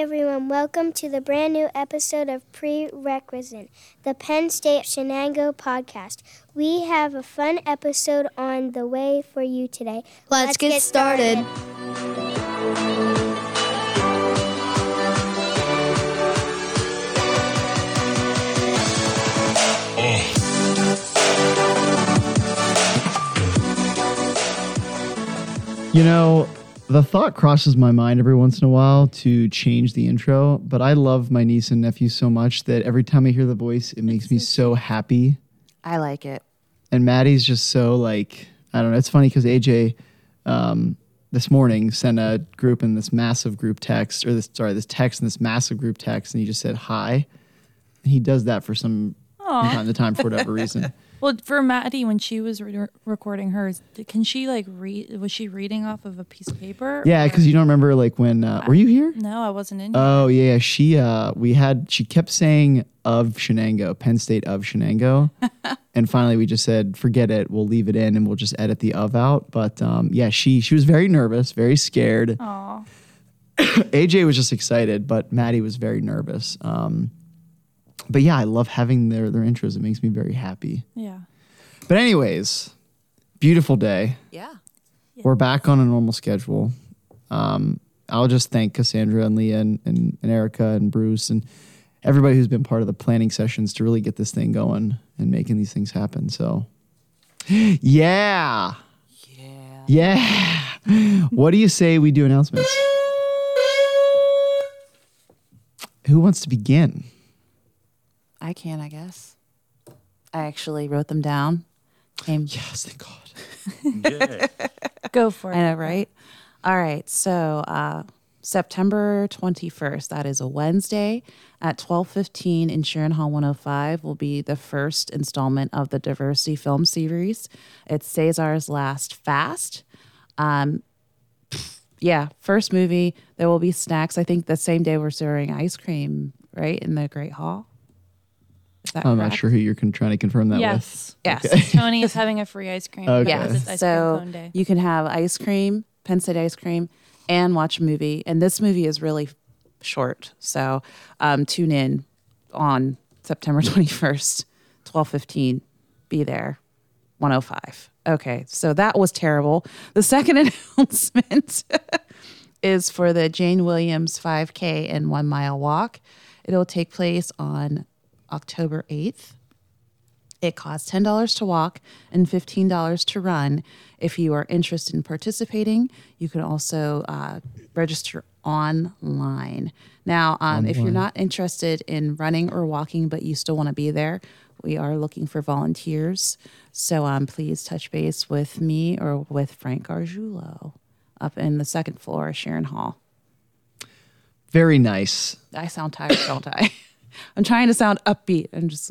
and welcome to the brand new episode of Prerequisite, the Penn State Shenango podcast. We have a fun episode on the way for you today. Let's get started. You know, the thought crosses my mind every once in a while to change the intro, but I love my niece and nephew so much that every time I hear the voice, it makes me so happy. I like it. And Maddie's just so like, I don't know. It's funny because AJ um, this morning sent a group in this massive group text, or this, sorry, this text in this massive group text, and he just said hi. And he does that for some from time to time for whatever reason. Well, for Maddie, when she was re- recording hers, th- can she like read? Was she reading off of a piece of paper? Yeah, or- because you don't remember like when, uh, were you here? no, I wasn't in. Oh yeah, she uh we had she kept saying of Shenango, Penn State of Shenango. and finally we just said, forget it, we'll leave it in and we'll just edit the of out. But um yeah, she she was very nervous, very scared. Aw. AJ was just excited, but Maddie was very nervous. Um but yeah, I love having their their intros. It makes me very happy. yeah. But anyways, beautiful day. Yeah. We're back on a normal schedule. Um, I'll just thank Cassandra and Leah and, and, and Erica and Bruce and everybody who's been part of the planning sessions to really get this thing going and making these things happen. So, yeah. Yeah. Yeah. What do you say we do announcements? Who wants to begin? I can, I guess. I actually wrote them down. Came, Yes, thank God. Go for I it. know, right? All right. So uh, September 21st, that is a Wednesday at 1215 in Sharon Hall 105 will be the first installment of the diversity film series. It's Cesar's Last Fast. Um, yeah, first movie. There will be snacks. I think the same day we're serving ice cream, right, in the Great Hall. Is that I'm correct? not sure who you're con- trying to confirm that with. Yes. Yes. Tony is having a free ice cream. Okay. because Yes. It's ice so cream cone day. you can have ice cream, Penn State ice cream, and watch a movie. And this movie is really short. So um, tune in on September 21st, 1215. Be there. 105. Okay. So that was terrible. The second announcement is for the Jane Williams 5K and one mile walk. It'll take place on October 8th. It costs $10 to walk and $15 to run. If you are interested in participating, you can also uh, register online. Now, um, if you're not interested in running or walking, but you still want to be there, we are looking for volunteers. So um, please touch base with me or with Frank Arjulo up in the second floor of Sharon Hall. Very nice. I sound tired, don't I? I'm trying to sound upbeat. I'm just.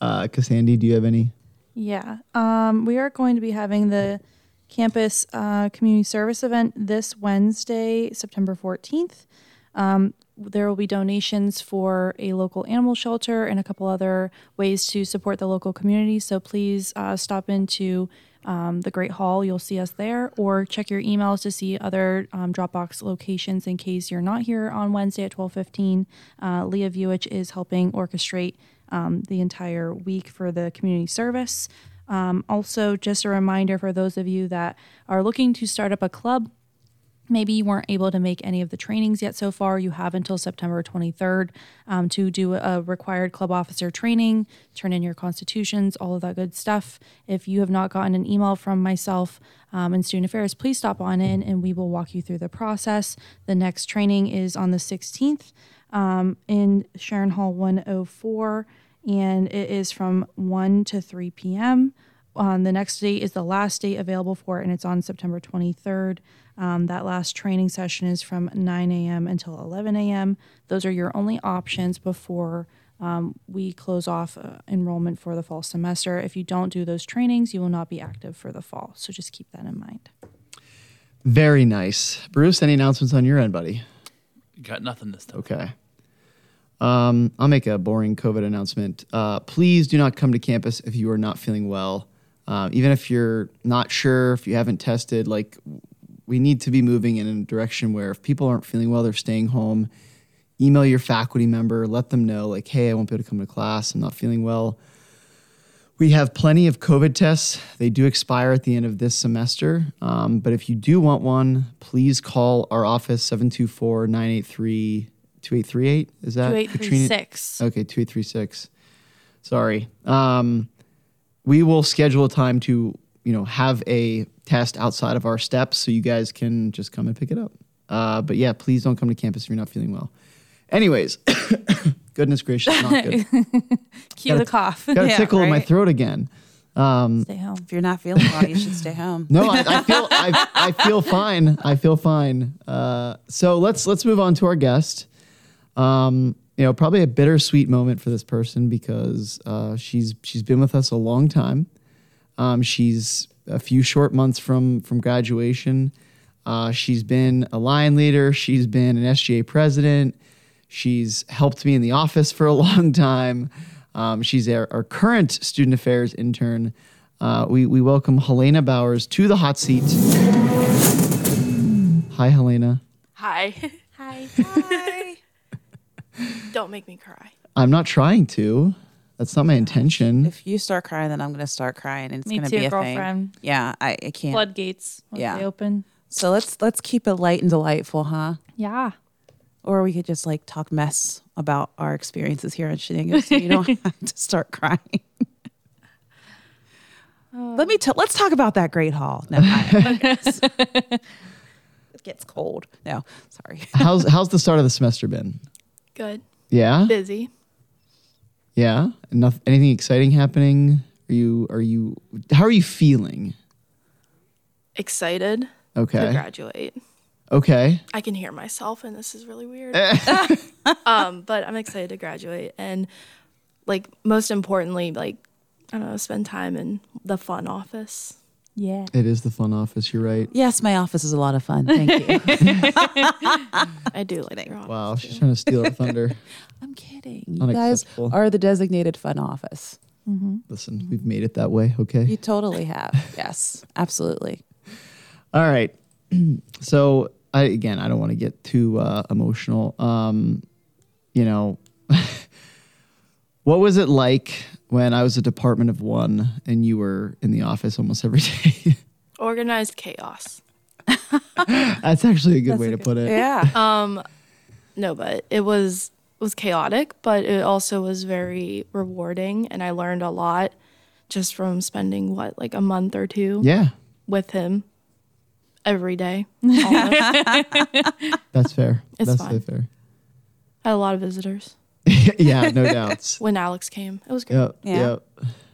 Uh, Cassandra, do you have any? Yeah. Um, we are going to be having the campus uh, community service event this Wednesday, September 14th. Um, there will be donations for a local animal shelter and a couple other ways to support the local community. So please uh, stop into um, the Great Hall. You'll see us there, or check your emails to see other um, Dropbox locations in case you're not here on Wednesday at 12:15. Uh, Leah Viewich is helping orchestrate um, the entire week for the community service. Um, also, just a reminder for those of you that are looking to start up a club maybe you weren't able to make any of the trainings yet so far, you have until September 23rd um, to do a required club officer training, turn in your constitutions, all of that good stuff. If you have not gotten an email from myself um, and Student Affairs, please stop on in and we will walk you through the process. The next training is on the 16th um, in Sharon Hall 104, and it is from 1 to 3 p.m. On Um, the next date is the last date available for it, and it's on September 23rd. Um, that last training session is from 9 a.m. until 11 a.m. Those are your only options before um, we close off uh, enrollment for the fall semester. If you don't do those trainings, you will not be active for the fall. So just keep that in mind. Very nice. Bruce, any announcements on your end, buddy? Got nothing this time. Okay. Um, I'll make a boring COVID announcement. Uh, please do not come to campus if you are not feeling well. Uh, even if you're not sure, if you haven't tested, like we need to be moving in a direction where if people aren't feeling well, they're staying home. Email your faculty member, let them know, like, hey, I won't be able to come to class. I'm not feeling well. We have plenty of COVID tests. They do expire at the end of this semester. Um, but if you do want one, please call our office 724 983 2838. Is that Katrina? 2836. Okay, 2836. Sorry. Um, we will schedule a time to, you know, have a test outside of our steps so you guys can just come and pick it up. Uh, but yeah, please don't come to campus if you're not feeling well. Anyways, goodness gracious, not good. Cue the cough. Got a Yeah, tickle in my right. throat again. Stay home. If you're not feeling well, you should stay home. No, I, I feel I, I feel fine. I feel fine. Uh, so let's let's move on to our guest. Um, you know, probably a bittersweet moment for this person because uh, she's she's been with us a long time. Um, she's a few short months from from graduation. Uh, she's been a lion leader. She's been an SGA president. She's helped me in the office for a long time. Um, she's our, our current student affairs intern. Uh, we we welcome Helena Bowers to the hot seat. Hi, Helena. Hi. Hi. Don't make me cry. I'm not trying to. That's not my intention. If you start crying, then I'm going to start crying, and it's Me going to too, be a girlfriend. thing. Yeah, I, I can't. Floodgates. Once Yeah. They open. So let's let's keep it light and delightful, huh? Yeah. Or we could just like talk mess about our experiences here in Shenango, so you don't have to start crying. Let me tell. Let's talk about that great hall. No, I- it gets cold. No, sorry. How's how's the start of the semester been? Good. Yeah, Busy. yeah. Enough, anything exciting happening? Are you are you? How are you feeling? Excited to Okay. graduate. Okay. I can hear myself, and this is really weird. Eh. um, but I'm excited to graduate, and like most importantly, like I don't know, spend time in the fun office. Yeah. It is the fun office. You're right. Yes, my office is a lot of fun. Thank you. I do like your office. Wow, she's trying to steal our thunder. I'm kidding. You guys Unacceptable. are the designated fun office. Listen, we've made it that way. Okay. You totally have. Yes, absolutely. All right. So I again, I don't want to get too uh, emotional. Um, you know, what was it like when I was a department of one and you were in the office almost every day? Organized chaos. That's actually a good way to put it. Yeah. No, but it was was chaotic, but it also was very rewarding, and I learned a lot just from spending what like a month or two Yeah, with him every day. almost. that's fair. It's that's fine. fair. I had a lot of visitors yeah, no doubts. when Alex came. It was great. Yep. Yeah. Yep.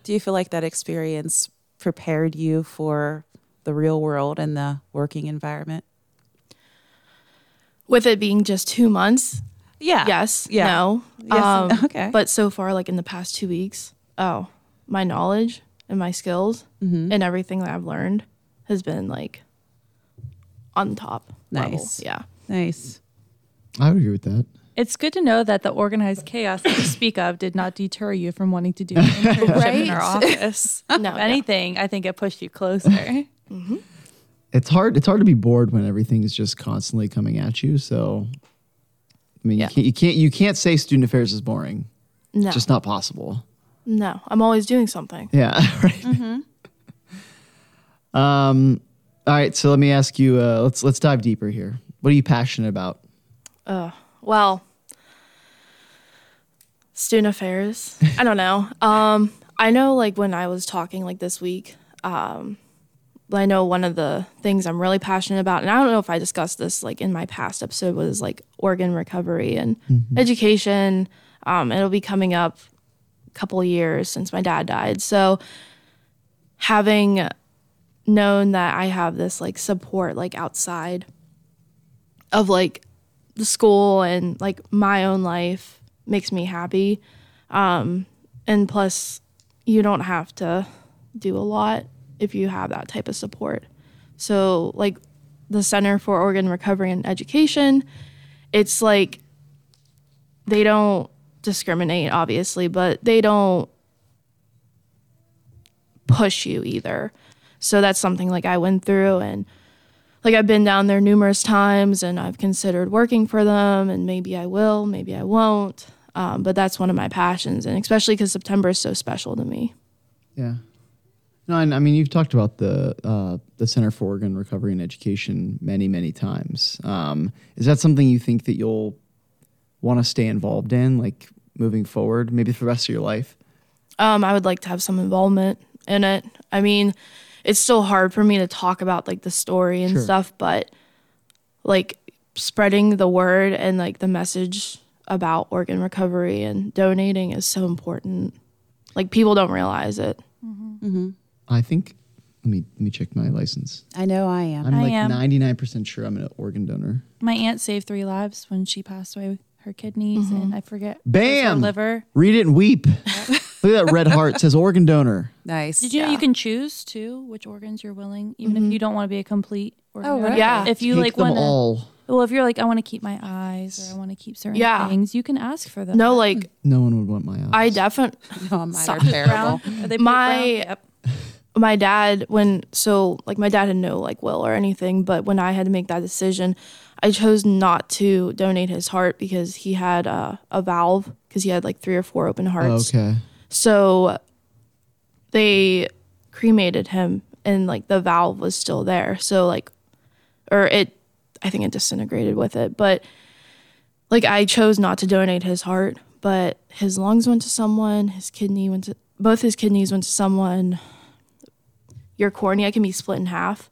Do you feel like that experience prepared you for the real world and the working environment? With it being just two months, Yeah. yes, Yeah. no, Yes, um, okay. But so far, like in the past two weeks, oh, my knowledge and my skills Mm-hmm. and everything that I've learned has been like on top. level. Nice. yeah. Nice. I would agree with that. It's good to know that the organized chaos that you speak of did not deter you from wanting to do an internship in our office. No, If yeah. anything, I think it pushed you closer. It's hard. It's hard to be bored when everything is just constantly coming at you. So, I mean, Yeah. you, can't, you can't you can't say student affairs is boring. no, Just not possible. no. I'm always doing something. Yeah, right. Mm-hmm. Um, all right, so let me ask you. Uh, let's let's dive deeper here. What are you passionate about? Well, student affairs. I don't know. Um, I know, like when I was talking like this week, um, I know one of the things I'm really passionate about, and I don't know if I discussed this like in my past episode was like organ recovery and education. Um, it'll be coming up a couple of years since my dad died, so having known that I have this like support like outside of like the school and like my own life makes me happy. Um, and plus, you don't have to do a lot if you have that type of support. So, like the Center for Organ Recovery and Education, it's like they don't discriminate, obviously, but they don't push you either. So, that's something like I went through and like I've been down there numerous times and I've considered working for them and maybe I will, maybe I won't. Um, but that's one of my passions and especially because September is so special to me. Yeah. No, and I mean you've talked about the uh, the Center for Organ Recovery and Education many, many times. Um, is that something you think that you'll want to stay involved in, like moving forward, maybe for the rest of your life? Um, I would like to have some involvement in it. I mean, it's still hard for me to talk about like the story and Sure. stuff, but like spreading the word and like the message about organ recovery and donating is so important. Like people don't realize it. I think. Let me let me check my license. I know I am. I'm I like am. ninety nine percent sure I'm an organ donor. My aunt saved three lives when she passed away. Her kidneys and I forget. it was Bam! Her liver. Read it and weep. Look at that red heart. It says organ donor. nice. Did you know you can choose too which organs you're willing, even if you don't want to be a complete organ. Oh, donor? right. Yeah. If you Take like them want to, all. well, if you're like I want to keep my eyes or I want to keep certain Yeah. things, you can ask for them. No, like No one would want my eyes. I definitely No, mine are terrible. Are they My- brown? Yep. my dad when so like my dad had no like will or anything but when i had to make that decision i chose not to donate his heart because he had uh, a valve because he had like three or four open hearts Oh, okay. so they cremated him and like the valve was still there so like or it i think it disintegrated with it but like i chose not to donate his heart but his lungs went to someone his kidney went to both his kidneys went to someone your cornea can be split in half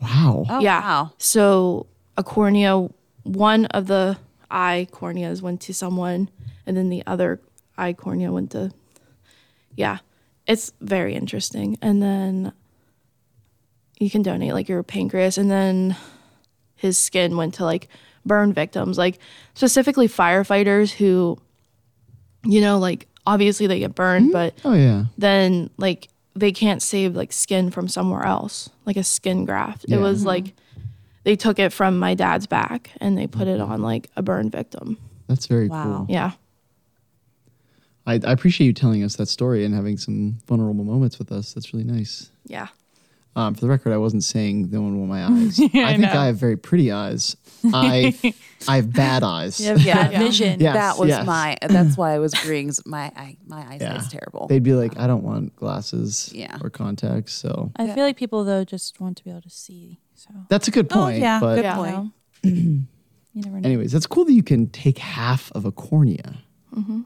Wow. Oh, yeah Wow. so a cornea one of the eye corneas went to someone and then the other eye cornea went to yeah it's very interesting and then you can donate like your pancreas and then his skin went to like burn victims like specifically firefighters who you know like obviously they get burned Mm-hmm. but Oh yeah. then like they can't save like skin from somewhere else, like a skin graft. It Yeah. was like they took it from my dad's back and they put it Mm-hmm. on like a burn victim. That's very Wow. cool. Yeah. I, I appreciate you telling us that story and having some vulnerable moments with us. That's really nice. Yeah. Um, for the record, I wasn't saying no one want my eyes. I think I have very pretty eyes. I I have bad eyes. You have Yeah. bad vision. Yes, that was yes. my. That's why I was greens. My eye, my eyesight's terrible. They'd be like, I don't want glasses Yeah. or contacts. So I feel like people though just want to be able to see. So that's a good oh point. yeah, But good Yeah. point. you never know. anyways, that's cool that you can take half of a cornea. Mm-hmm.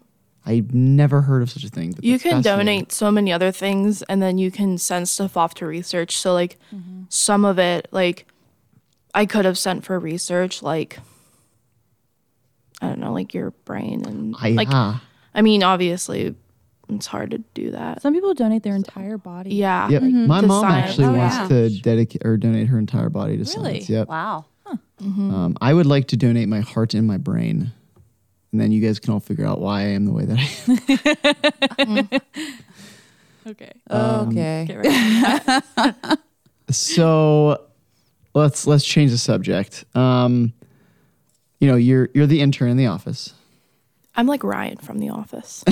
I've never heard of such a thing. but You that's can fascinating. donate so many other things and then you can send stuff off to research. So like Mm-hmm. some of it like I could have sent for research like I don't know, like your brain and I, like ah, I mean obviously it's hard to do that. Some people donate their entire body. Yeah. yep. My uh, to mom science. actually Oh, wants yeah. to dedicate or donate her entire body to Really? science. Yep. Wow. Mm. Um, I would like to donate my heart and my brain, and then you guys can all figure out why I am the way that I am. Okay. Um, Okay. Get ready. so let's let's change the subject. Um, you know, you're you're the intern in the office. I'm like Ryan from The Office.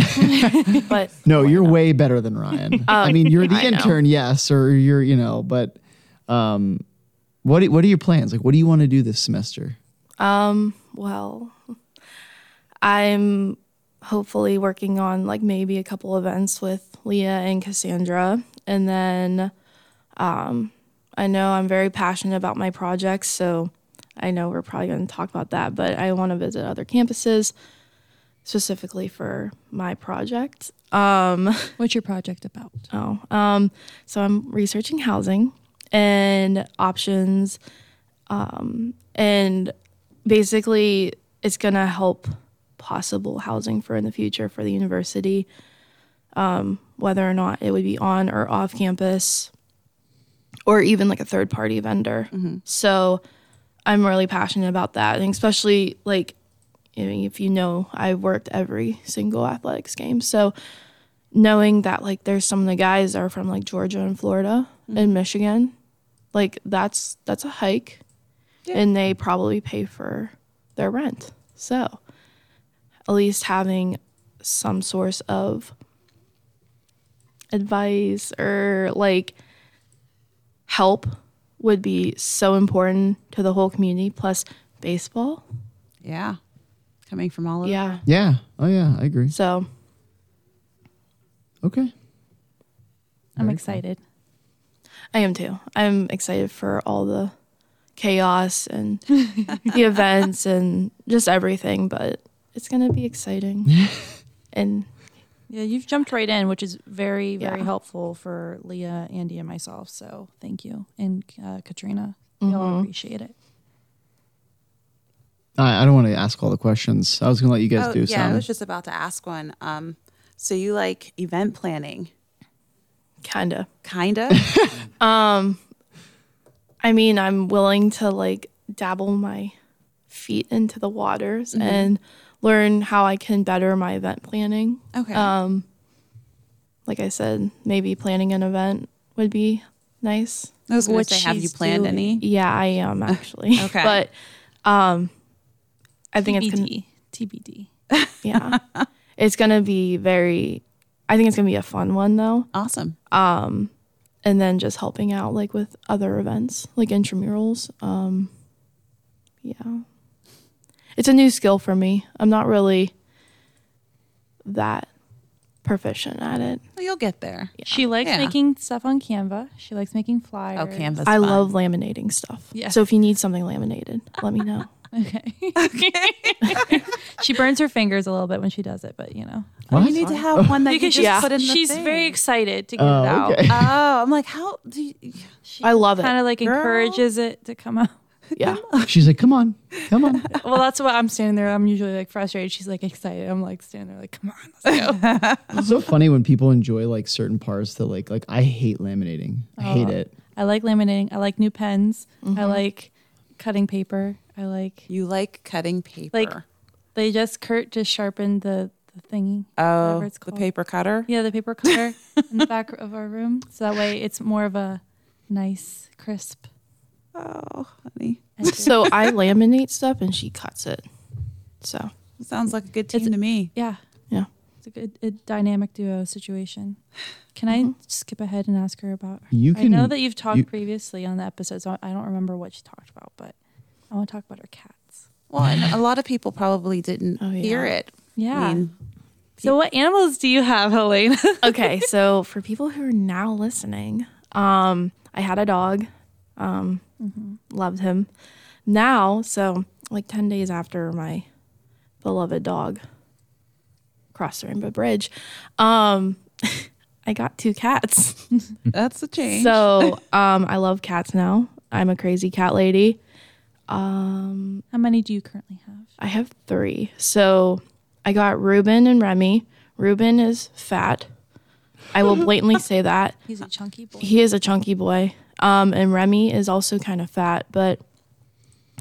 but No, you're way better than Ryan. Oh, I mean, you're the I know. intern, yes, or you're you know, but um, what do- what are your plans? Like, what do you want to do this semester? um, well, I'm hopefully working on like maybe a couple events with Leah and Cassandra, and then um, I know I'm very passionate about my projects, so I know we're probably going to talk about that. But I want to visit other campuses specifically for my project. Um, What's your project about? Oh, um, so I'm researching housing and options, um, and basically it's gonna help possible housing for in the future for the university, um, whether or not it would be on or off campus, or even like a third party vendor. So I'm really passionate about that, and especially like. I mean, if you know, I've worked every single athletics game. So, knowing that like there's some of the guys that are from like Georgia and Florida and Michigan, like that's that's a hike, and they probably pay for their rent. So at least having some source of advice or like help would be so important to the whole community. Plus, baseball. Yeah. Coming from all over. Yeah. Yeah. Oh yeah, I agree. So Okay. I'm excited. I am too. I'm excited for all the chaos and the events and just everything, but it's going to be exciting. and Yeah, you've jumped right in, which is very, very Yeah. helpful for Leah, Andy, and myself. So thank you. And uh, Katrina, we all appreciate it. I, I don't want to ask all the questions. I was gonna let you guys Oh, do yeah, I some. was just about to ask one. Um, so you like event planning, kind of. kind of? I mean, I'm willing to like dabble my feet into the waters and learn how I can better my event planning. okay. Uh, Um, like I said, maybe planning an event would be nice. I was going what to say, have you she's planned doing. e- any? Yeah, I am actually. Okay. but um, I think TBD. it's gonna, TBD. yeah, it's gonna be very. I think it's gonna be a fun one though, Um, Awesome. and then just helping out like with other events like intramurals. Um, yeah, it's a new skill for me. I'm not really that proficient at it. Well, Oh, you'll get there. She likes Yeah. making stuff on Canva. She likes making flyers. Oh, Canvas. I fun. love laminating stuff. Yeah. So if you need something laminated, let me know. Okay. she burns her fingers a little bit when she does it, but you know. Oh, you need to have one that you Because just she's, put in the she's thing. very excited to get it Oh, out. okay. Oh, I'm like, how do you? She I love it. Kind of like encourages it to come out. Yeah. She's like, come on, come on. Well, that's why I'm standing there. I'm usually like frustrated. She's like excited. I'm like standing there, like, come on, let's go. it's so funny when people enjoy like certain parts that like like I hate laminating. I hate it. I like laminating. I like new pens. I Mm-hmm. like cutting paper. I like You like cutting paper? Like- they just Kurt just sharpened the the thingy. oh, whatever it's the called. paper cutter. Yeah, the paper cutter in the back of our room, so that way it's more of a nice, crisp. Oh, honey, edges. so I laminate stuff and she cuts it. So sounds like a good team to me. Yeah. Yeah. It's a good a dynamic duo situation. Can I Mm-hmm. skip ahead and ask her about her? You can I know that you've talked you- previously on the episode, so I don't remember what she talked about, but I want to talk about her cats. Well, and a lot of people probably didn't Oh, yeah. hear it. Yeah. I mean, so what animals do you have, Helene? okay, so for people who are now listening, um, I had a dog, um, loved him. Now, so like ten days after my beloved dog crossed the Rainbow Bridge, um, I got two cats. that's a change. So um, I love cats now. I'm a crazy cat lady. How many do you currently have? I have three. So I got Ruben and Remy. Ruben is fat. I will blatantly say that. He's a chunky boy. He is a chunky boy. Um, and Remy is also kind of fat, but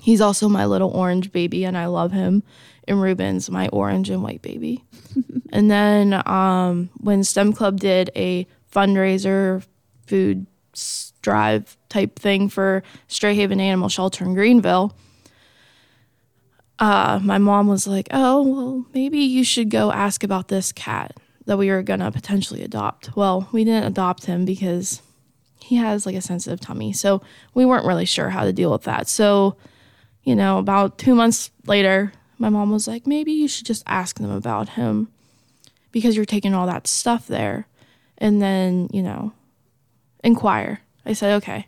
he's also my little orange baby, and I love him. And Ruben's my orange and white baby. and then um, when STEM Club did a fundraiser food s- drive type thing for Stray Haven Animal Shelter in Greenville, uh, my mom was like, "Oh, well, maybe you should go ask about this cat that we were gonna potentially adopt." Well, we didn't adopt him because he has like a sensitive tummy, so we weren't really sure how to deal with that. So, you know, about two months later, my mom was like, "Maybe you should just ask them about him because you're taking all that stuff there, and then you know, inquire." I said, "Okay."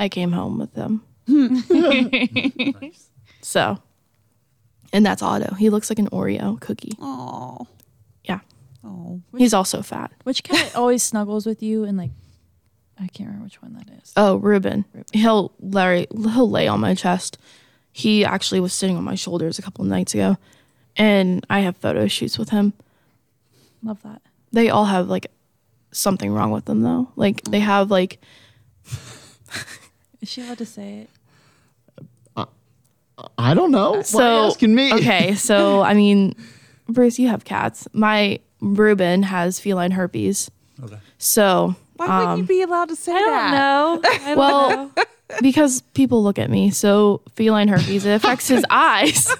I came home with them. So, and that's Otto. He looks like an Oreo cookie. oh, Yeah. oh, He's also fat. Which cat always snuggles with you and like I can't remember which one that is. Oh, Reuben. He'll lay, he'll lay on my chest. He actually was sitting on my shoulders a couple nights ago, and I have photo shoots with him. Love that. They all have like something wrong with them though. Like they have like Is she allowed to say it? I don't know. Why are you so asking me? Okay, so I mean, Bruce, you have cats. My Reuben has feline herpes. Okay. So why would you be allowed to say Um, I that? don't know. I don't know. Well, because people look at me, so feline herpes it affects his eyes.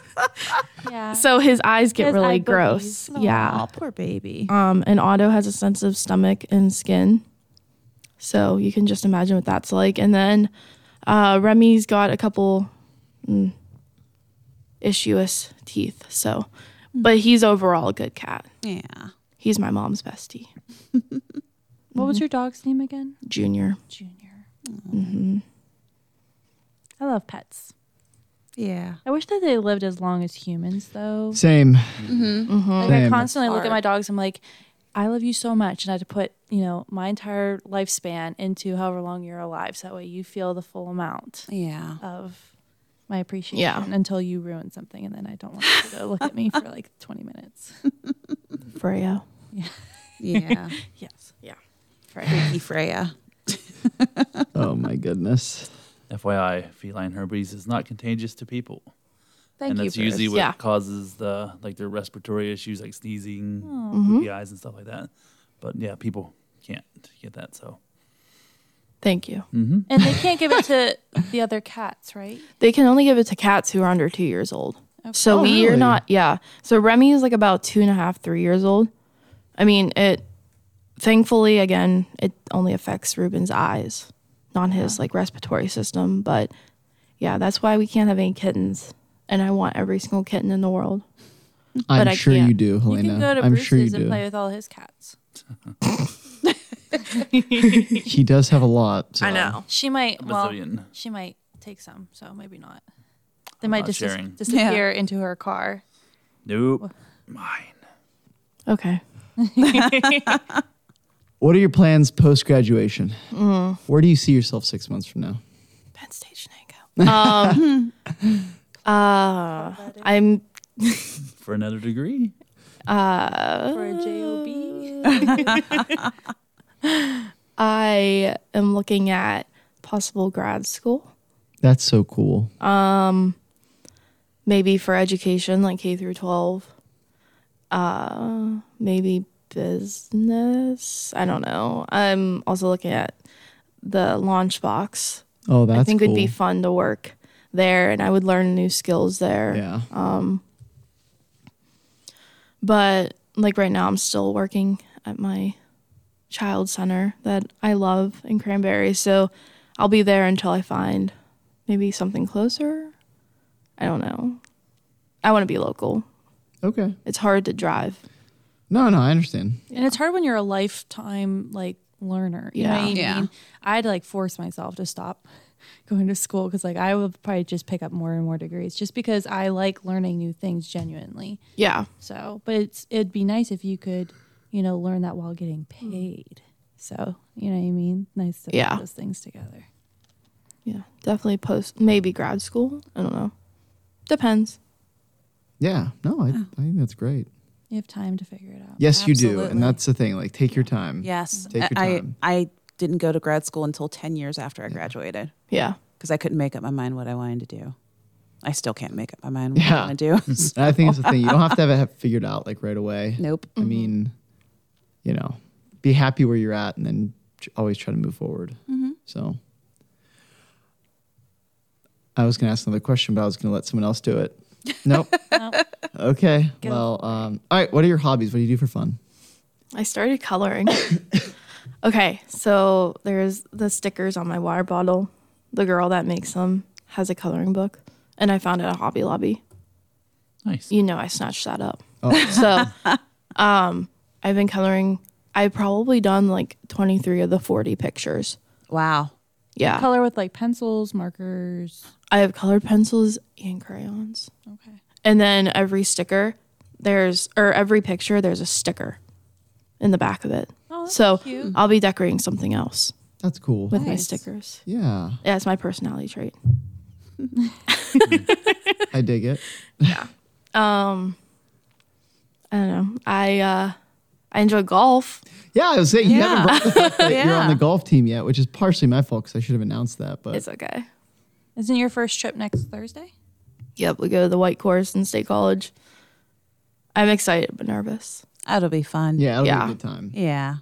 Yeah. So his eyes get His really eye gross. boogies. Yeah. Oh, poor baby. Um, and Otto has a sensitive stomach and skin. So you can just imagine what that's like. And then uh, Remy's got a couple mm, issuous teeth. So, Hmm. but he's overall a good cat. Yeah. He's my mom's bestie, What was your dog's name again? Junior. Mm-hmm. Junior. I love pets. Yeah. I wish that they lived as long as humans, though. Same. Like I Same. constantly look at Hard. my dogs. I'm like, I love you so much, and I had to put you know my entire lifespan into however long you're alive, so that way you feel the full amount Yeah. uh, of my appreciation until you ruin something, and then I don't want you to look at me for like 20 minutes. Freya. Yeah. Yes. Yeah. Freaky Freya. Oh my goodness. FYI, feline herpes is not contagious to people, Thank and you. that's for- usually what Yeah. causes the like their respiratory issues, like sneezing, poopy eyes, and stuff like that. But yeah, people can't get that. So Thank you. And they can't give it to the other cats, right? They can only give it to cats who are under two years old. So Oh, we are really? not, yeah. So Remy is like about two and a half, three years old. I mean, it, thankfully, again, it only affects Ruben's eyes, not his like respiratory system. But yeah, that's why we can't have any kittens. And I want every single kitten in the world. I'm I sure can't. you do, You Helena. can go to Oh, I'm Bruce's sure you and do. play with all his cats. He does have a lot. so- She might. a Well, bazillion. she might take some, so maybe not. They might not just dis- sharing. disappear into her car. Nope, mine. Okay. What are your plans post graduation? Mm-hmm. Where do you see yourself six months from now? Penn State Shenango. Um, uh, I'm For another degree, for a job. I am looking at possible grad school, That's so cool. Um, maybe for education, like K through twelve. Uh, maybe business. I don't know. I'm also looking at the launch box. Oh, that's I think cool. it'd be fun to work there, and I would learn new skills there. Yeah. but like right now i'm still working at my child center that i love in cranberry so i'll be there until i find maybe something closer i don't know i want to be local okay. it's hard to drive No, no, I understand. And it's hard when you're a lifetime like learner. You know what I Yeah. Yeah. mean? I had to like force myself to stop going to school because like I would probably just pick up more and more degrees just because I like learning new things genuinely. yeah So, but it's it'd be nice if you could, you know, learn that while getting paid. So, you know what I mean? Nice to Yeah. put those things together. yeah definitely post maybe grad school i don't know depends Yeah. No, I, I think that's great. You have time to figure it out. Yes, you do. Absolutely. And that's the thing. Like, take your time. Yes. Take your I, time. I didn't go to grad school until 10 years after I graduated yeah because I couldn't make up my mind what I wanted to do. I still can't make up my mind what Yeah. I want to do. And I think it's the thing. You don't have to have it ha- figured out like right away. nope. I mean, you know, be happy where you're at and then tr- always try to move forward. Mm-hmm. So I was going to ask another question, but I was going to let someone else do it. Nope. Okay. well, um, all right. What are your hobbies? What do you do for fun? I started coloring. okay, so there's the stickers on my water bottle. The girl that makes them has a coloring book, and I found it at Hobby Lobby. Nice. You know, I snatched that up. Oh. So, um, I've been coloring. I've probably done like 23 of the 40 pictures. Wow. Yeah, Color with like pencils, markers. I have colored pencils and crayons, Okay. and then every sticker there's or every picture there's a sticker in the back of it. Oh, that's so cute. I'll be decorating something else That's cool. with my stickers. yeah. Yeah, it's my personality trait. I dig it. Um, I don't know. I uh, I enjoy golf. Yeah. I was saying, you haven't brought the fact that you're on Yeah. the golf team yet, which is partially my fault because I should have announced that. But It's okay. Isn't your first trip next Thursday? Yep, we go to the white course in state college. I'm excited but nervous. That'll be fun. yeah, it'll Yeah. be a good time. Yeah.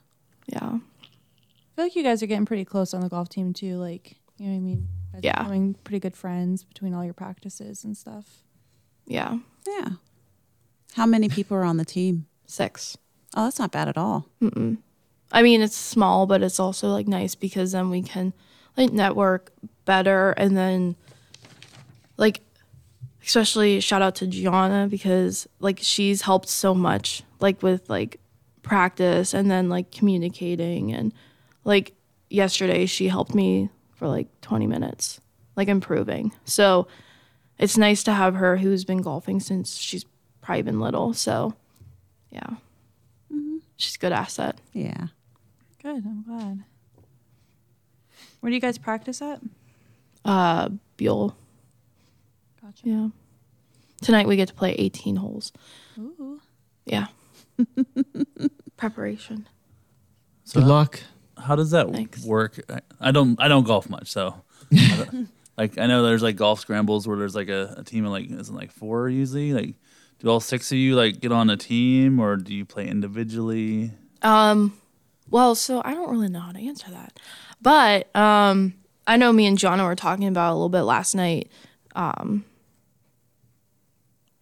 Yeah, I feel like you guys are getting pretty close on the golf team too. Like, you know what I mean? You guys are Yeah. Becoming pretty good friends between all your practices and stuff. yeah. Yeah. How many people are on the team? Six. Oh, that's not bad at all. I mean, it's small, but it's also like nice because then we can like network better and then like especially shout out to Gianna because like she's helped so much like with like practice and then like communicating and like yesterday she helped me for like 20 minutes like improving. So it's nice to have her who's been golfing since she's probably been little. So yeah. She's a good asset. Mm-hmm. Yeah. Good. I'm glad. Where do you guys practice at? Uh, Buell. Gotcha. Yeah. Tonight we get to play 18 holes. Ooh. Yeah. Preparation. So Good luck. How does that Thanks. work? I, I don't. I don't golf much, so. I don't- like I know there's like golf scrambles where there's like a, a team of like isn't like four usually. Like, do all six of you like get on a team or do you play individually? Um, well, so I don't really know how to answer that, but um, I know me and Jonna were talking about it a little bit last night, um,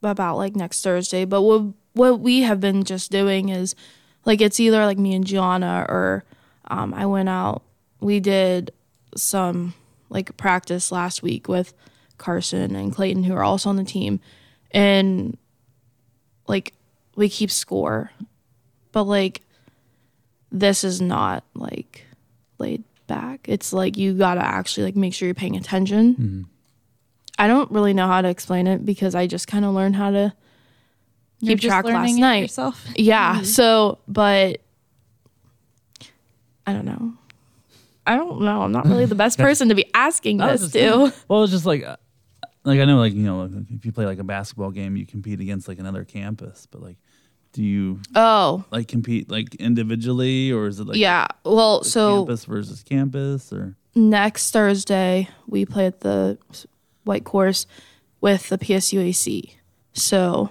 about like next Thursday. But what what we have been just doing is like it's either like me and Gianna or um, I went out. We did some like practice last week with Carson and Clayton, who are also on the team, and like we keep score, but like this is not like laid back. It's like you gotta actually like make sure you're paying attention. Mm-hmm. I don't really know how to explain it because I just kind of learned how to You're keep just track last learning it night. Yourself. Yeah. So, but I don't know. I don't know. I'm not really the best person to be asking No, this it's to. Well, it's just like, uh, like I know, like you know, if you play like a basketball game, you compete against like another campus. But like, do you Oh, like compete like individually or is it like yeah. Well, so campus versus campus or next Thursday we play at the white course with the PSUAC. so So,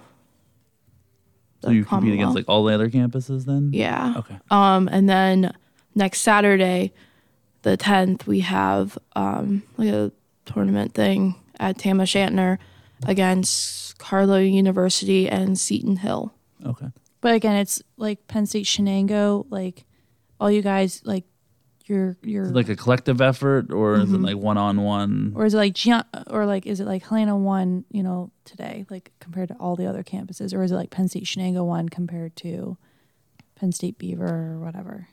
the you compete Commonwealth. against like all the other campuses then? yeah. Okay. Um, and then next Saturday, the tenth, we have um like a tournament thing at Tama Shantner against Carlo University and Seton Hill. Okay. But again, it's like Penn State Shenango, like all you guys, like you're you're Is it like a collective effort or is it Mm-hmm. like one on one? or is it like Gian- or like is it like Helena one, you know, today, like compared to all the other campuses, or is it like Penn State Shenango one compared to Penn State Beaver or whatever?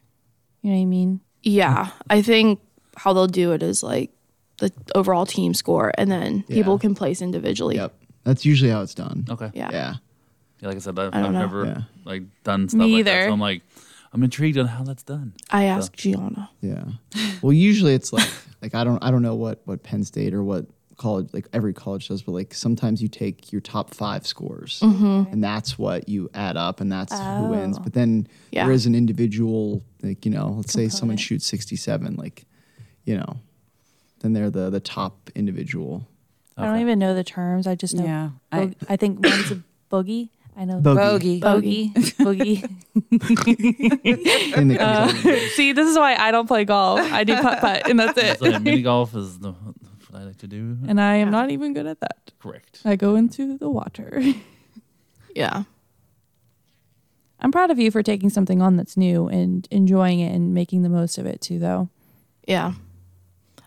You know what I mean? Yeah, I think how they'll do it is like the overall team score, and then people Yeah. can place individually. Yep. That's usually how it's done. Okay. Yeah. Yeah. Yeah, Like I said, I've, I don't I've know. never Yeah. like done stuff like that. either. So I'm like, I'm intrigued on how that's done. I asked Gianna. Yeah. Well, usually it's like like I don't I don't know what what Penn State or what college like every college does, but like sometimes you take your top five scores Mm-hmm. and that's what you add up and that's who wins. But then Oh. Yeah. there is an individual like you know let's say someone shoots sixty seven like you know then they're the the top individual. I don't even know the terms. I just know. Yeah. I, I- I think one's a boogie. I know Bogey. bogey, boogie. And they- Uh. See, this is why I don't play golf. I do putt putt, and that's So yeah, mini golf is the, what I like to do. And I am not even good at that. Correct. I go into the water. Yeah, I'm proud of you for taking something on that's new and enjoying it and making the most of it too, though. yeah.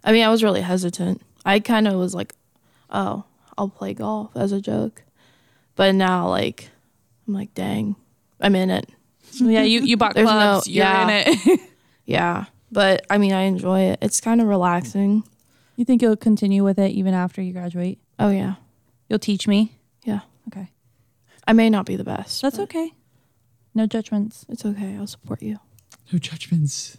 I mean, I was really hesitant. I kind of was like, "Oh, I'll play golf" as a joke, but now like, I'm like, "Dang, I'm in it." yeah, you, you bought There's clubs, no- you're yeah. in it. Yeah, but I mean, I enjoy it. It's kind of relaxing. you think you'll continue with it even after you graduate? Oh yeah, You'll teach me? yeah. Okay. I may not be the best. That's but okay. No judgments. It's okay. I'll support you. no judgments.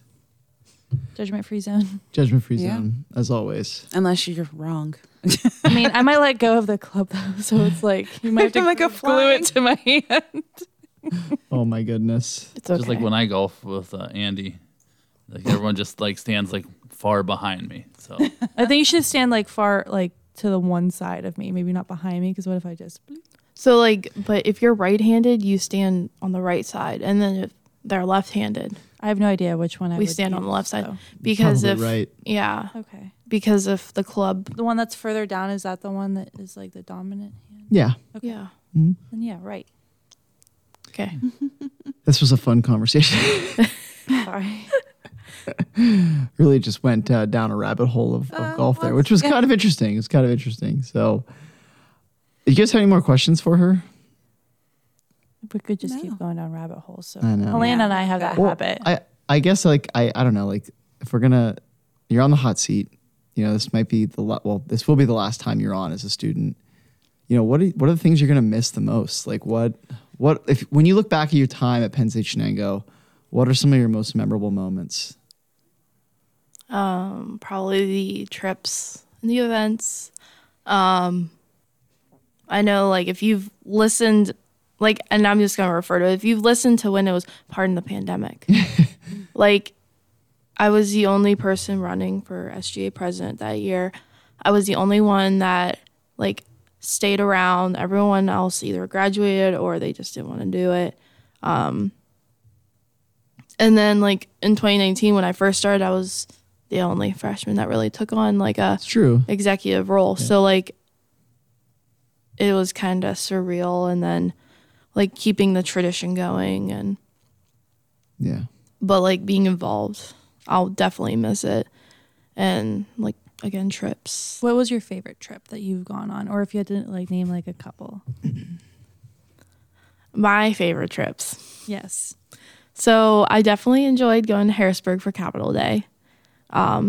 Judgment free zone. Judgment free Yeah. zone as always. Unless you're wrong. I mean, I might let go of the club though, so it's like you might have to Like a glue it to my hand. Oh my goodness. It's okay. Just like when I golf with uh, Andy, like everyone just like stands like far behind me. So I think you should stand like far like to the one side of me, maybe not behind me, because what if I just so like, but if you're right-handed, you stand on the right side, and then if they're left-handed, I have no idea which one I we would stand on the use, left side so. because Probably if right. yeah, Okay. because if the club The one that's further down is that the one that is like the dominant hand? Yeah. Mm-hmm. yeah Then yeah, right. okay This was a fun conversation. Sorry. really just went uh, down a rabbit hole of, of Oh, golf there, which was kind of interesting. It's kind of interesting. So, you guys have any more questions for her? We could just keep going down rabbit holes. So I know. Helena and I have that Well, habit. I I guess like I I don't know like if we're gonna you're on the hot seat. You know this might be the la- well this will be the last time you're on as a student. You know what are, what are the things you're gonna miss the most? Like what what if when you look back at your time at Penn State Shenango, what are some of your most memorable moments? Um, probably the trips and the events. Um, I know, like, if you've listened, like, and I'm just going to refer to it, if you've listened to when it was, pardon the pandemic, like, I was the only person running for SGA president that year. I was the only one that, like, stayed around. Everyone else either graduated or they just didn't want to do it. Um, And then like in 2019 when I first started, I was the only freshman that really took on like a It's true. executive role. So like it was kind of surreal and then like keeping the tradition going and Yeah. but like being involved, I'll definitely miss it. And like again trips. What was your favorite trip that you've gone on, or if you had to like name like a couple? My favorite trips. Yes. So I definitely enjoyed going to Harrisburg for Capitol Day. Um,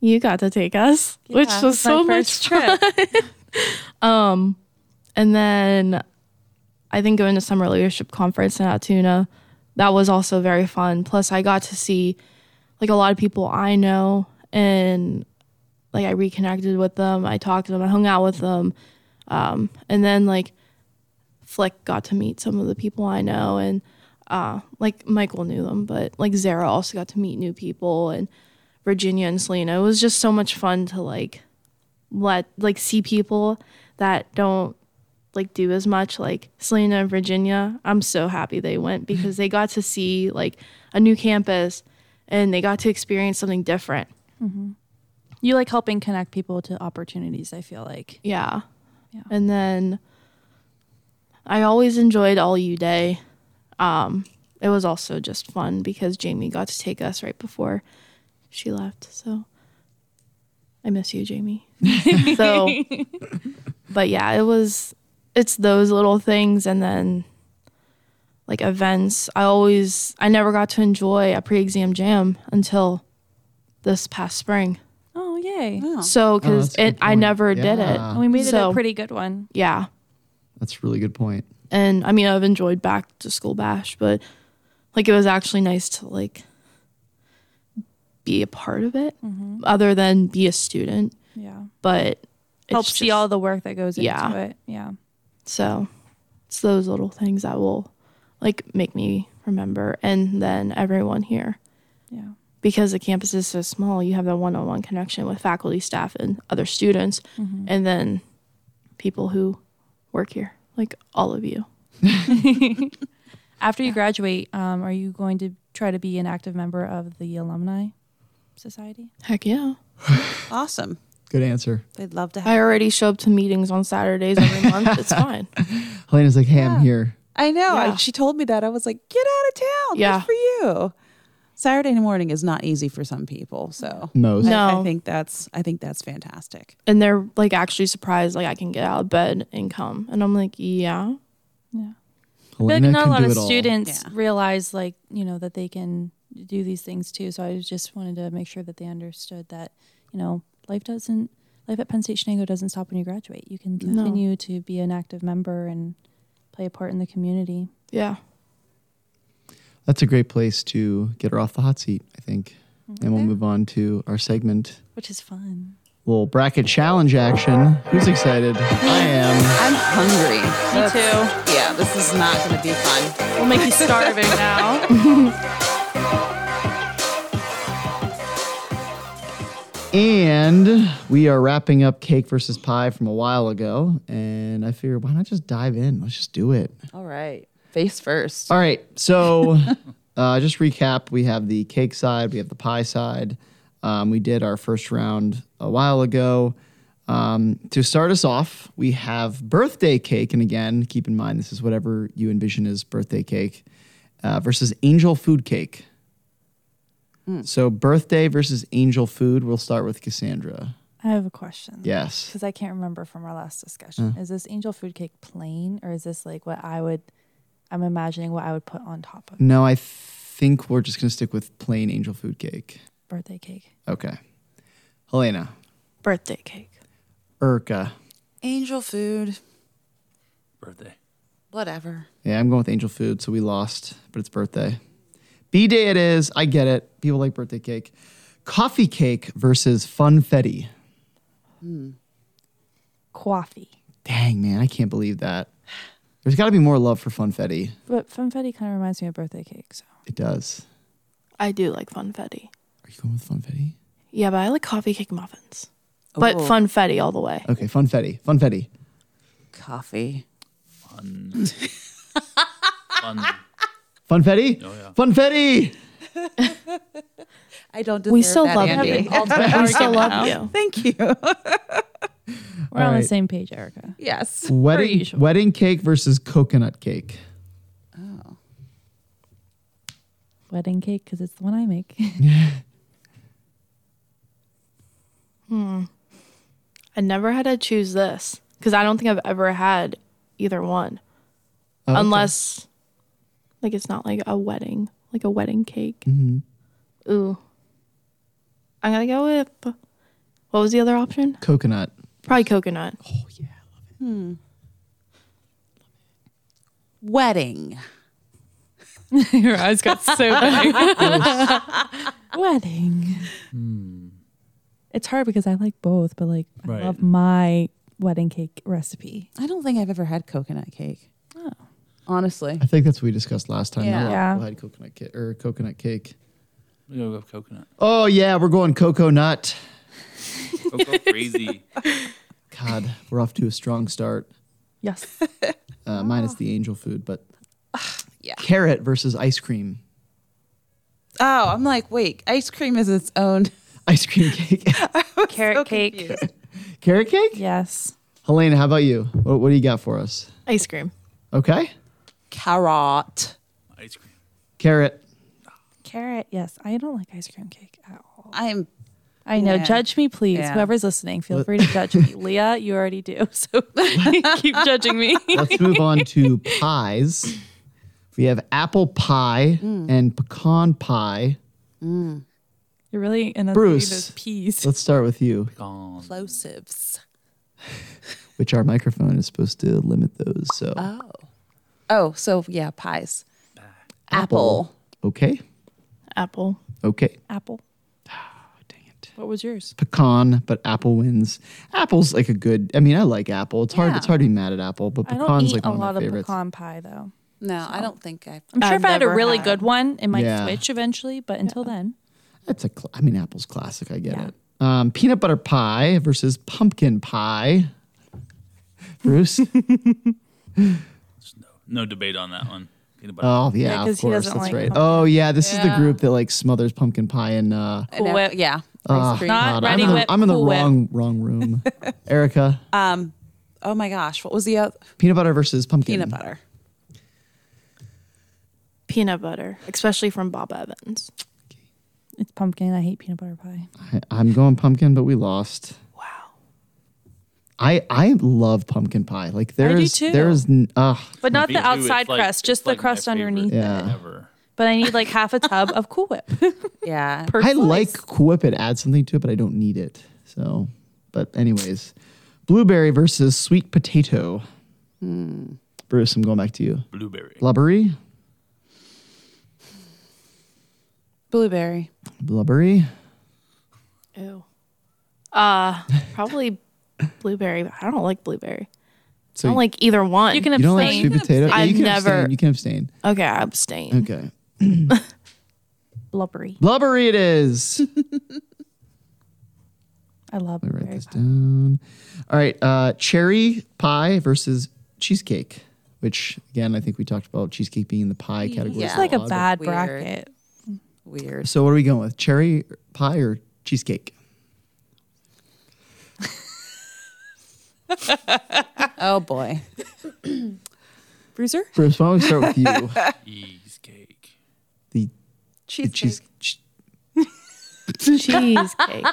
you got to take us, which Yeah, was my so much first trip. Um, And then I think going to summer leadership conference in Altoona, that was also very fun. Plus, I got to see like a lot of people I know, and like I reconnected with them. I talked to them. I hung out with them, um, and then like Flick got to meet some of the people I know, and uh, like Michael knew them, but like Zara also got to meet new people, and Virginia and Selena. It was just so much fun to like let like see people that don't like do as much like Selena and Virginia. I'm so happy they went because they got to see like a new campus and they got to experience something different. You like helping connect people to opportunities. I feel like Yeah. Yeah. And then I always enjoyed all you day. Um it was also just fun because Jamie got to take us right before she left. So I miss you, Jamie. so but yeah, it was it's those little things and then like events. I always I never got to enjoy a pre-exam jam until this past spring. oh yay, So Oh, that's cuz a good it I point. never did Yeah. it. we made it So- a pretty good one. Yeah. That's a really good point. and I mean I've enjoyed back to school bash, but like it was actually nice to like be a part of it other than be a student, Mm-hmm. Yeah, but it's help see just- all the work that goes Yeah. into it. Yeah, so it's those little things that will like make me remember and then everyone here yeah. because the campus is so small, you have that one-on-one connection with faculty, staff and other students and then people who work here, like all of you. After you graduate, um, are you going to try to be an active member of the alumni society? Heck yeah. Awesome. Good answer. They'd love to have. I already show up to meetings on Saturdays every month. It's fine. Helena's like, hey, I'm here. I know. I, Yeah. she told me that. I was like, get out of town. Good Yeah. for you. Saturday morning is not easy for some people. So Most. No. I, I think that's I think that's fantastic. And they're like actually surprised, like I can get out of bed and come. And I'm like, yeah. But Helena not a can lot do of it all. students Yeah. realize, like you know, that they can do these things too. So I just wanted to make sure that they understood that you know life doesn't life at Penn State Shenango doesn't stop when you graduate. You can continue to be an active member and play a part in the community. Yeah. That's a great place to get her off the hot seat, I think. And we'll move on to our segment. Which is fun. Little bracket challenge action. Who's excited? I am. I'm hungry. Me too. Yeah, this is not going to be fun. We'll make you starving now. And we are wrapping up Cake versus Pie from a while ago. And I figured, why not just dive in? Let's just do it. All right. Face first. All right. So, uh, just recap we have the cake side, we have the pie side. Um, we did our first round a while ago. Um, to start us off, we have birthday cake. And again, keep in mind, this is whatever you envision as birthday cake. uh, versus Angel Food Cake. So birthday versus Angel Food. We'll start with Cassandra. I have a question. Yes. Because I can't remember from our last Mm. discussion. Is this angel food cake plain or is this like what I would, I'm imagining what I would put on top of No, I think we're just gonna stick with plain Angel Food Cake. birthday cake? Okay. Helena, Birthday cake. Urca. Angel food, Birthday. whatever. Yeah, I'm going with Angel Food, so we lost, but it's birthday. B Day it is. I get it. People like birthday cake. Coffee cake versus funfetti. Coffee. Dang, man, I can't believe that. There's got to be more love for funfetti. But funfetti kind of reminds me of birthday cake. So It does. I do like funfetti. Are you going with funfetti? Yeah, but I like coffee cake muffins. But Ooh. funfetti all the way. Okay, funfetti. Funfetti. Coffee. Fun. Fun. Funfetti? Oh, yeah. Funfetti! I don't. We still love Andy. you. We still love you. Thank you. we're All on right. the same page, Erica. Yes. Wedding, usual. wedding cake versus coconut cake. Wedding cake because it's the one I make. I never had to choose this because I don't think I've ever had either one, Oh, okay. unless like it's not like a wedding, like a wedding cake. Mm-hmm. Ooh, I'm gonna go with what was the other option? Coconut. Probably coconut. Wedding. Your eyes got so big. wedding. It's hard because I like both, but like Right. I love my wedding cake recipe. I don't think I've ever had coconut cake. Oh. Honestly. I think that's what we discussed last time. Yeah. Not a lot Yeah. of people had coconut cake or coconut cake. We gotta go with coconut. Oh yeah, we're going cocoa nut. Cocoa crazy. God, we're off to a strong start. Yes. Uh, Minus the angel food, but Oh. yeah. carrot versus ice cream. Oh, I'm like, wait, ice cream is its own. Ice cream cake. Carrot cake. carrot cake. Yes. Helena, how about you? What, what do you got for us? Ice cream. Okay, Carrot. Ice cream. carrot. Carrot. Yes. I don't like ice cream cake at all. I'm I know. Yeah. Judge me, please. Yeah. Whoever's listening, feel free to judge me. Leah, you already do. So keep judging me. Let's move on to pies. We have apple pie Mm. and pecan pie. You're really in Bruce. those peas. Let's start with you, Gone. plosives. which our microphone is supposed to limit those. So Oh. Oh, so yeah, pies. Apple. Apple. okay, Apple. okay. Apple. Dang it. What was yours? pecan, but apple wins. Apple's like a good. I mean, I like apple. It's hard. Yeah. It's hard to be mad at apple, but I don't pecan's eat like a one lot of my of favorites. pecan pie though. No, I don't think I've. I'm sure I've if I had a never really had good one, it might Yeah. switch eventually. But until then, That's a. Cl- I mean, apple's classic. I get Yeah. it. Um, peanut butter pie versus pumpkin pie. Bruce. Oh, No debate on that one. Peanut butter. oh yeah, 'cause of he course. doesn't That's like right. pumpkin. Oh yeah, this is the group that like smothers pumpkin pie and. Uh, Cool Whip. Yeah. ah, Ice cream. I'm Not Ready in the, Whip, I'm in the Cool Whip. Uh, wrong wrong room. Erica, um. Oh my gosh, what was the other? peanut butter versus pumpkin. Peanut butter. Peanut butter, especially from Bob Evans. it's pumpkin. I hate peanut butter pie. I, I'm going pumpkin, but we lost. Wow. I I love pumpkin pie. Like there do is too. there is n- ah But not Me the too, it's outside like- crust, it's just the like my crust favorite underneath. thing Yeah. Ever. But I need like half a tub of Cool Whip. Yeah. per I slice. like Cool Whip. It adds something to it, but I don't need it. So, but anyways, blueberry versus sweet potato. Bruce, I'm going back to you. Blueberry. Blubbery, Blueberry. blubbery. Ew. Uh, probably blueberry. but I don't like blueberry. So I don't like either one. You can you don't like abstain. sweet potato. Yeah, I've you can never- Abstain. You can abstain. okay, I abstain. Okay, blubbery. blubbery it is. I love Let me write blueberry. this down. All right, uh, cherry pie versus cheesecake. Which again, I think we talked about cheesecake being in the pie category. It's It's for like a lot, but- bad Weird. bracket. Weird. So what are we going with? Cherry pie or cheesecake? Oh boy. Bruiser? Oh, Bruce, why don't we start with you? Cheesecake. Cheesecake. Cheese. ch- Cheesecake.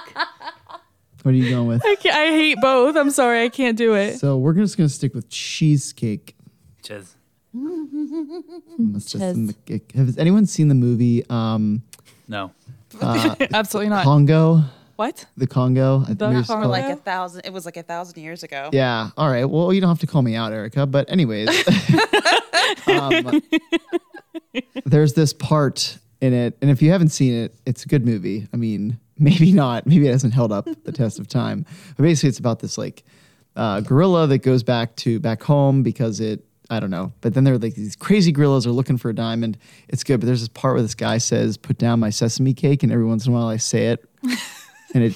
What are you going with? I, can't- I hate both. I'm sorry. I can't do it. So we're just gonna stick with cheesecake. Cheers. That's just in the- Has anyone seen the movie um, No. Absolutely not. Congo? what? The Congo. I think The- it was or called- like a thousand. It was like a thousand years ago. Yeah. All right. Well, you don't have to call me out, Erica. But anyways, um, there's this part in it, and if you haven't seen it, it's a good movie. I mean, maybe not. Maybe it hasn't held up the test of time. But basically, it's about this like uh, gorilla that goes back to back home because it. I don't know. But then there are like these crazy gorillas are looking for a diamond. It's good. But there's this part where this guy says, "Put down my sesame cake," and every once in a while I say it, and it.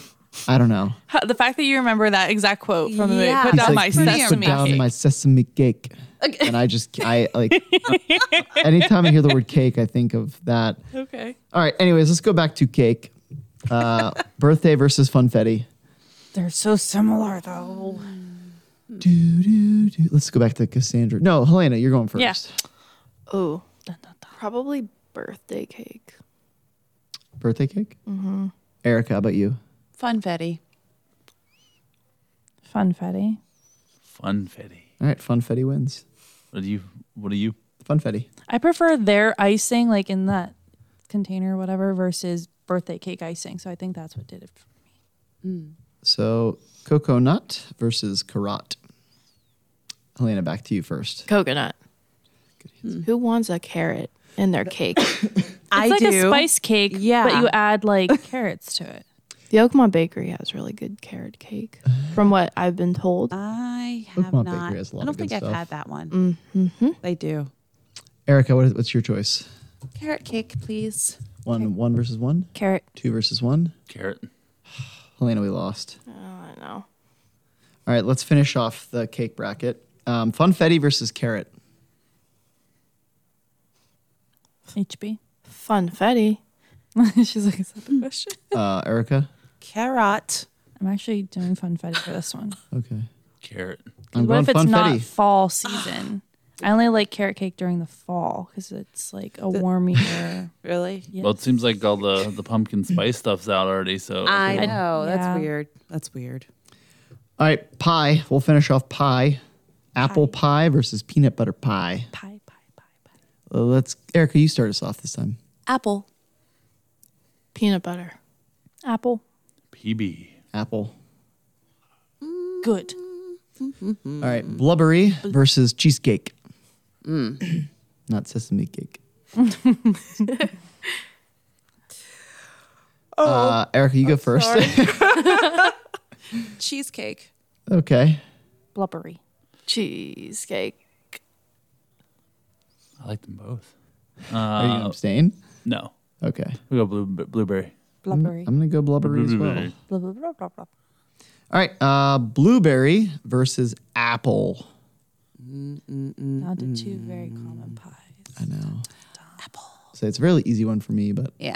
I don't know. How- The fact that you remember that exact quote from the movie, Yeah. put He's down It's my like, "Please sesame Put down cake. my sesame cake. And I just, I like, anytime I hear the word cake, I think of that. okay. All right. Anyways, let's go back to cake. Uh, birthday versus funfetti. They're so similar though. Mm. Do, do, do. Let's go back to Cassandra. No, Helena, you're going first. Yeah. Oh, probably birthday cake. Birthday cake? Mm-hmm. Erica, how about you? Funfetti. Funfetti. Funfetti. All right. Funfetti wins. What do you? What do you? Funfetti. I prefer their icing, like in that container, or whatever, versus birthday cake icing. So I think that's what did it. for me. So cocoa nut versus carrot. Helena, back to you first. Coconut. Who wants a carrot in their cake? I It's like do. a spice cake, Yeah. but you add like carrots to it. the Oakmont Bakery has really good carrot cake, from what I've been Uh, told. I have Oakmont not. Bakery has a lot I don't of good think I've stuff. had that one. Mm-hmm. They do. Erica, what is, what's your choice? Carrot cake, please. One, one versus one, Carrot. two versus one. Carrot. Helena, we lost. Oh, I know. All right, let's finish off the cake bracket. Um, funfetti versus carrot. HB. Funfetti. She's like, is that the question? Uh, Erica. Carrot. I'm actually doing funfetti for this one. Okay. Carrot. I'm what going if it's not funfetti. fall season? I only like carrot cake during the fall because it's like a warm year. Really? Yes. Well, it seems like all the the pumpkin spice stuff's out already. So I know. yeah. That's weird. That's weird. All right, pie. We'll finish off pie. Apple pie versus peanut butter pie. pie, pie, pie, pie. Uh, Let's, Erica, you start us off this time. Apple. Peanut butter. Apple. PB. Apple. Good. All right, Mm. blubbery versus cheesecake. mm. Not sesame cake. uh, Erica, you go first. Cheesecake. okay. Blubbery. Cheesecake. I like them both. Are you going to abstain? No, Okay. we go blue, blueberry. Blubbery. I'm going to go blubbery as well. Blueberry. Blah, blah, blah, blah, blah. All right, uh, blueberry versus apple. Down to two very common pies. I know. Apple. So it's a really easy one for me, but Yeah.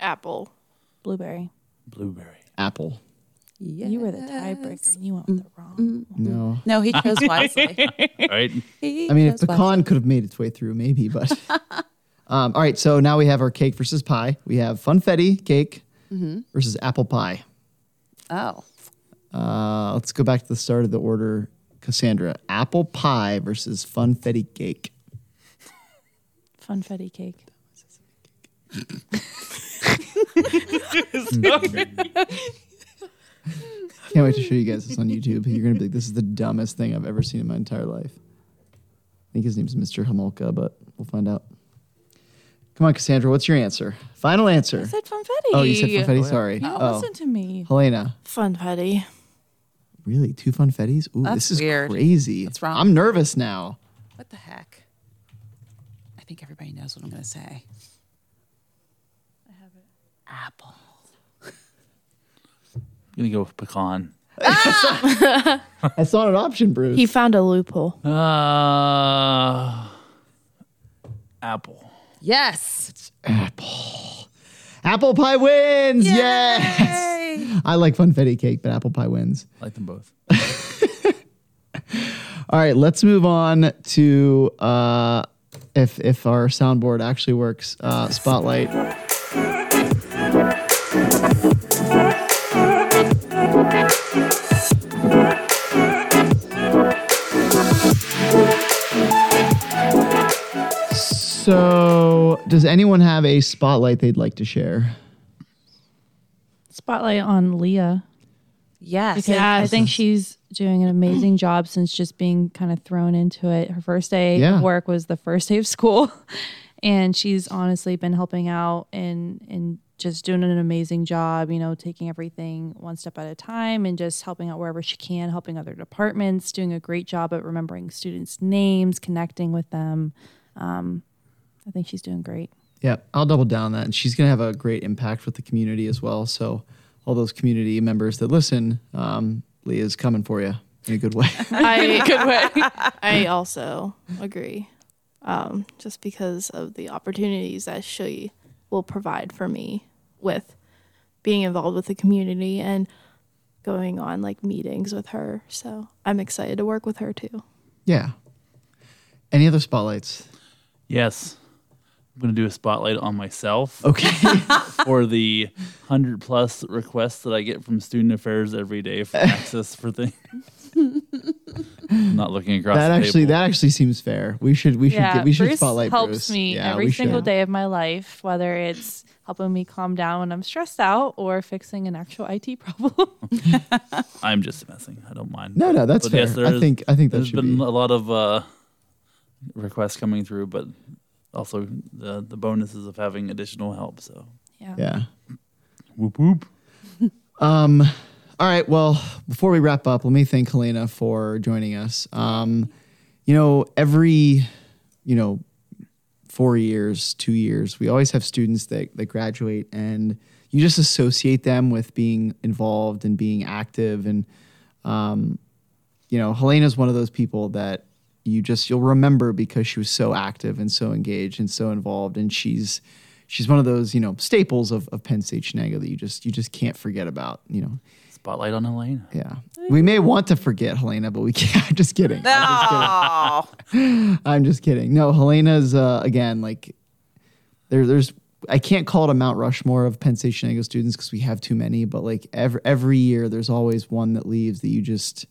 Apple. Blueberry. Blueberry. apple. Yeah. You were the tiebreaker and you went with the wrong. No. No, he chose wisely. All right. He I mean, if chose wisely. pecan could have made its way through, maybe, but. um, all right, so now we have our cake versus pie. We have funfetti cake versus apple pie. Oh. Uh, let's go back to the start of the order, Cassandra. Apple pie versus funfetti cake. Funfetti cake. Can't wait to show you guys this on YouTube. You're gonna be like, this is the dumbest thing I've ever seen in my entire life. I think his name's Mr. Homolka, but we'll find out. Come on, Cassandra, what's your answer? Final answer. I said funfetti. oh, you said funfetti. Sorry. You don't oh, listen to me. Helena, Funfetti. really? Two funfettis? Ooh, That's this is weird. crazy. What's wrong? I'm nervous now. What the heck? I think everybody knows what I'm going to say. I have it. Apple. I'm gonna go with pecan. That's not an option, Bruce. He found a loophole. Uh, apple. Yes. apple pie wins. Yes. Yay. I like funfetti cake, but apple pie wins. I like them both. All right, let's move on to uh, if if our soundboard actually works. Uh, spotlight. So, does anyone have a spotlight they'd like to share? Spotlight on Leah. Yes. because I think she's doing an amazing job since just being kind of thrown into it. Her first day Yeah. of work was the first day of school, and she's honestly been helping out and and just doing an amazing job. You know, taking everything one step at a time and just helping out wherever she can, helping other departments, doing a great job at remembering students' names, connecting with them. Um, I think she's doing great. Yeah, I'll double down on that. And she's going to have a great impact with the community as well. So, all those community members that listen, um, Leah's coming for you in a good way. I, I also agree. Um, just because of the opportunities that she will provide for me with being involved with the community and going on like meetings with her. So I'm excited to work with her too. yeah. Any other spotlights? Yes. I'm going to do a spotlight on myself Okay. for the 100 plus requests that I get from student affairs every day for access for things. I'm not looking across that the actually table. that actually seems fair. We should we should get, we should Bruce spotlight helps Bruce. me Yeah, every we single should. day of my life, whether it's helping me calm down when I'm stressed out or fixing an actual IT problem. I'm just messing. I don't mind. No, no, that's But fair. yes, there I is- think I think that There's should been be. a lot of uh, requests coming through, but also the the bonuses of having additional help. So yeah. whoop whoop. Um, all right. Well, before we wrap up, let me thank Helena for joining us. Um, you know, every, you know, four years, two years, we always have students that, that graduate and you just associate them with being involved and being active. And, um, you know, Helena's one of those people that you just, you'll remember because she was so active and so engaged and so involved. And she's, she's one of those, you know, staples of, of Penn State Chenango that you just, you just can't forget about, you know? Spotlight on Elena. Yeah. We may want to forget Helena, but we can't. I'm just kidding. Oh, I'm just kidding. No, Helena's uh, again like there, there's I can't call it a Mount Rushmore of Penn State Shenango students because we have too many, but like every every year there's always one that leaves that you just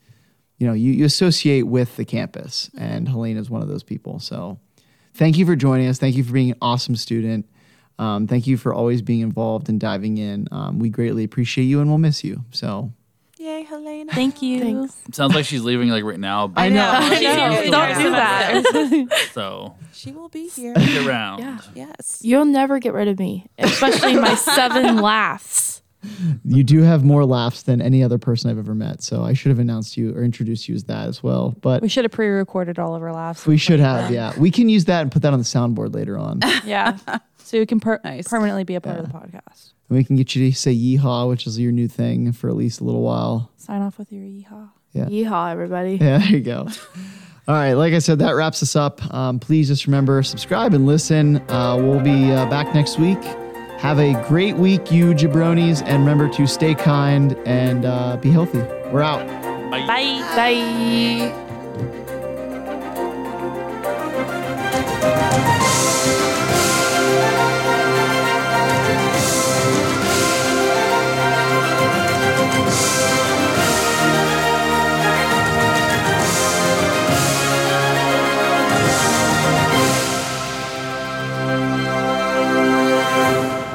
you know you, you associate with the campus, and Helena's one of those people. So thank you for joining us. Thank you for being an awesome student. Um, thank you for always being involved and diving in. Um, we greatly appreciate you, and we'll miss you. So yay, Helena! Thank you. Thanks. Sounds like she's leaving like right now. But I know. I know. Don't do that. So She will be here. stick around. Yeah. Yes. You'll never get rid of me, especially my seven laughs. You do have more laughs than any other person I've ever met. So I should have announced you or introduced you as that as well. But We should have pre-recorded all of our laughs. We should have, yeah. We can use that and put that on the soundboard later on. and yeah. So you can per- Nice. permanently be a part of the podcast. we can get you to say yeehaw, which is your new thing for at least a little while. Sign off with your yeehaw. Yeehaw, everybody. Yeah, there you go. All right, like I said, that wraps us up. Um, please just remember subscribe and listen. Uh, we'll be uh, back next week. Have a great week, you jabronis, and remember to stay kind and uh, be healthy. We're out. Bye. Bye.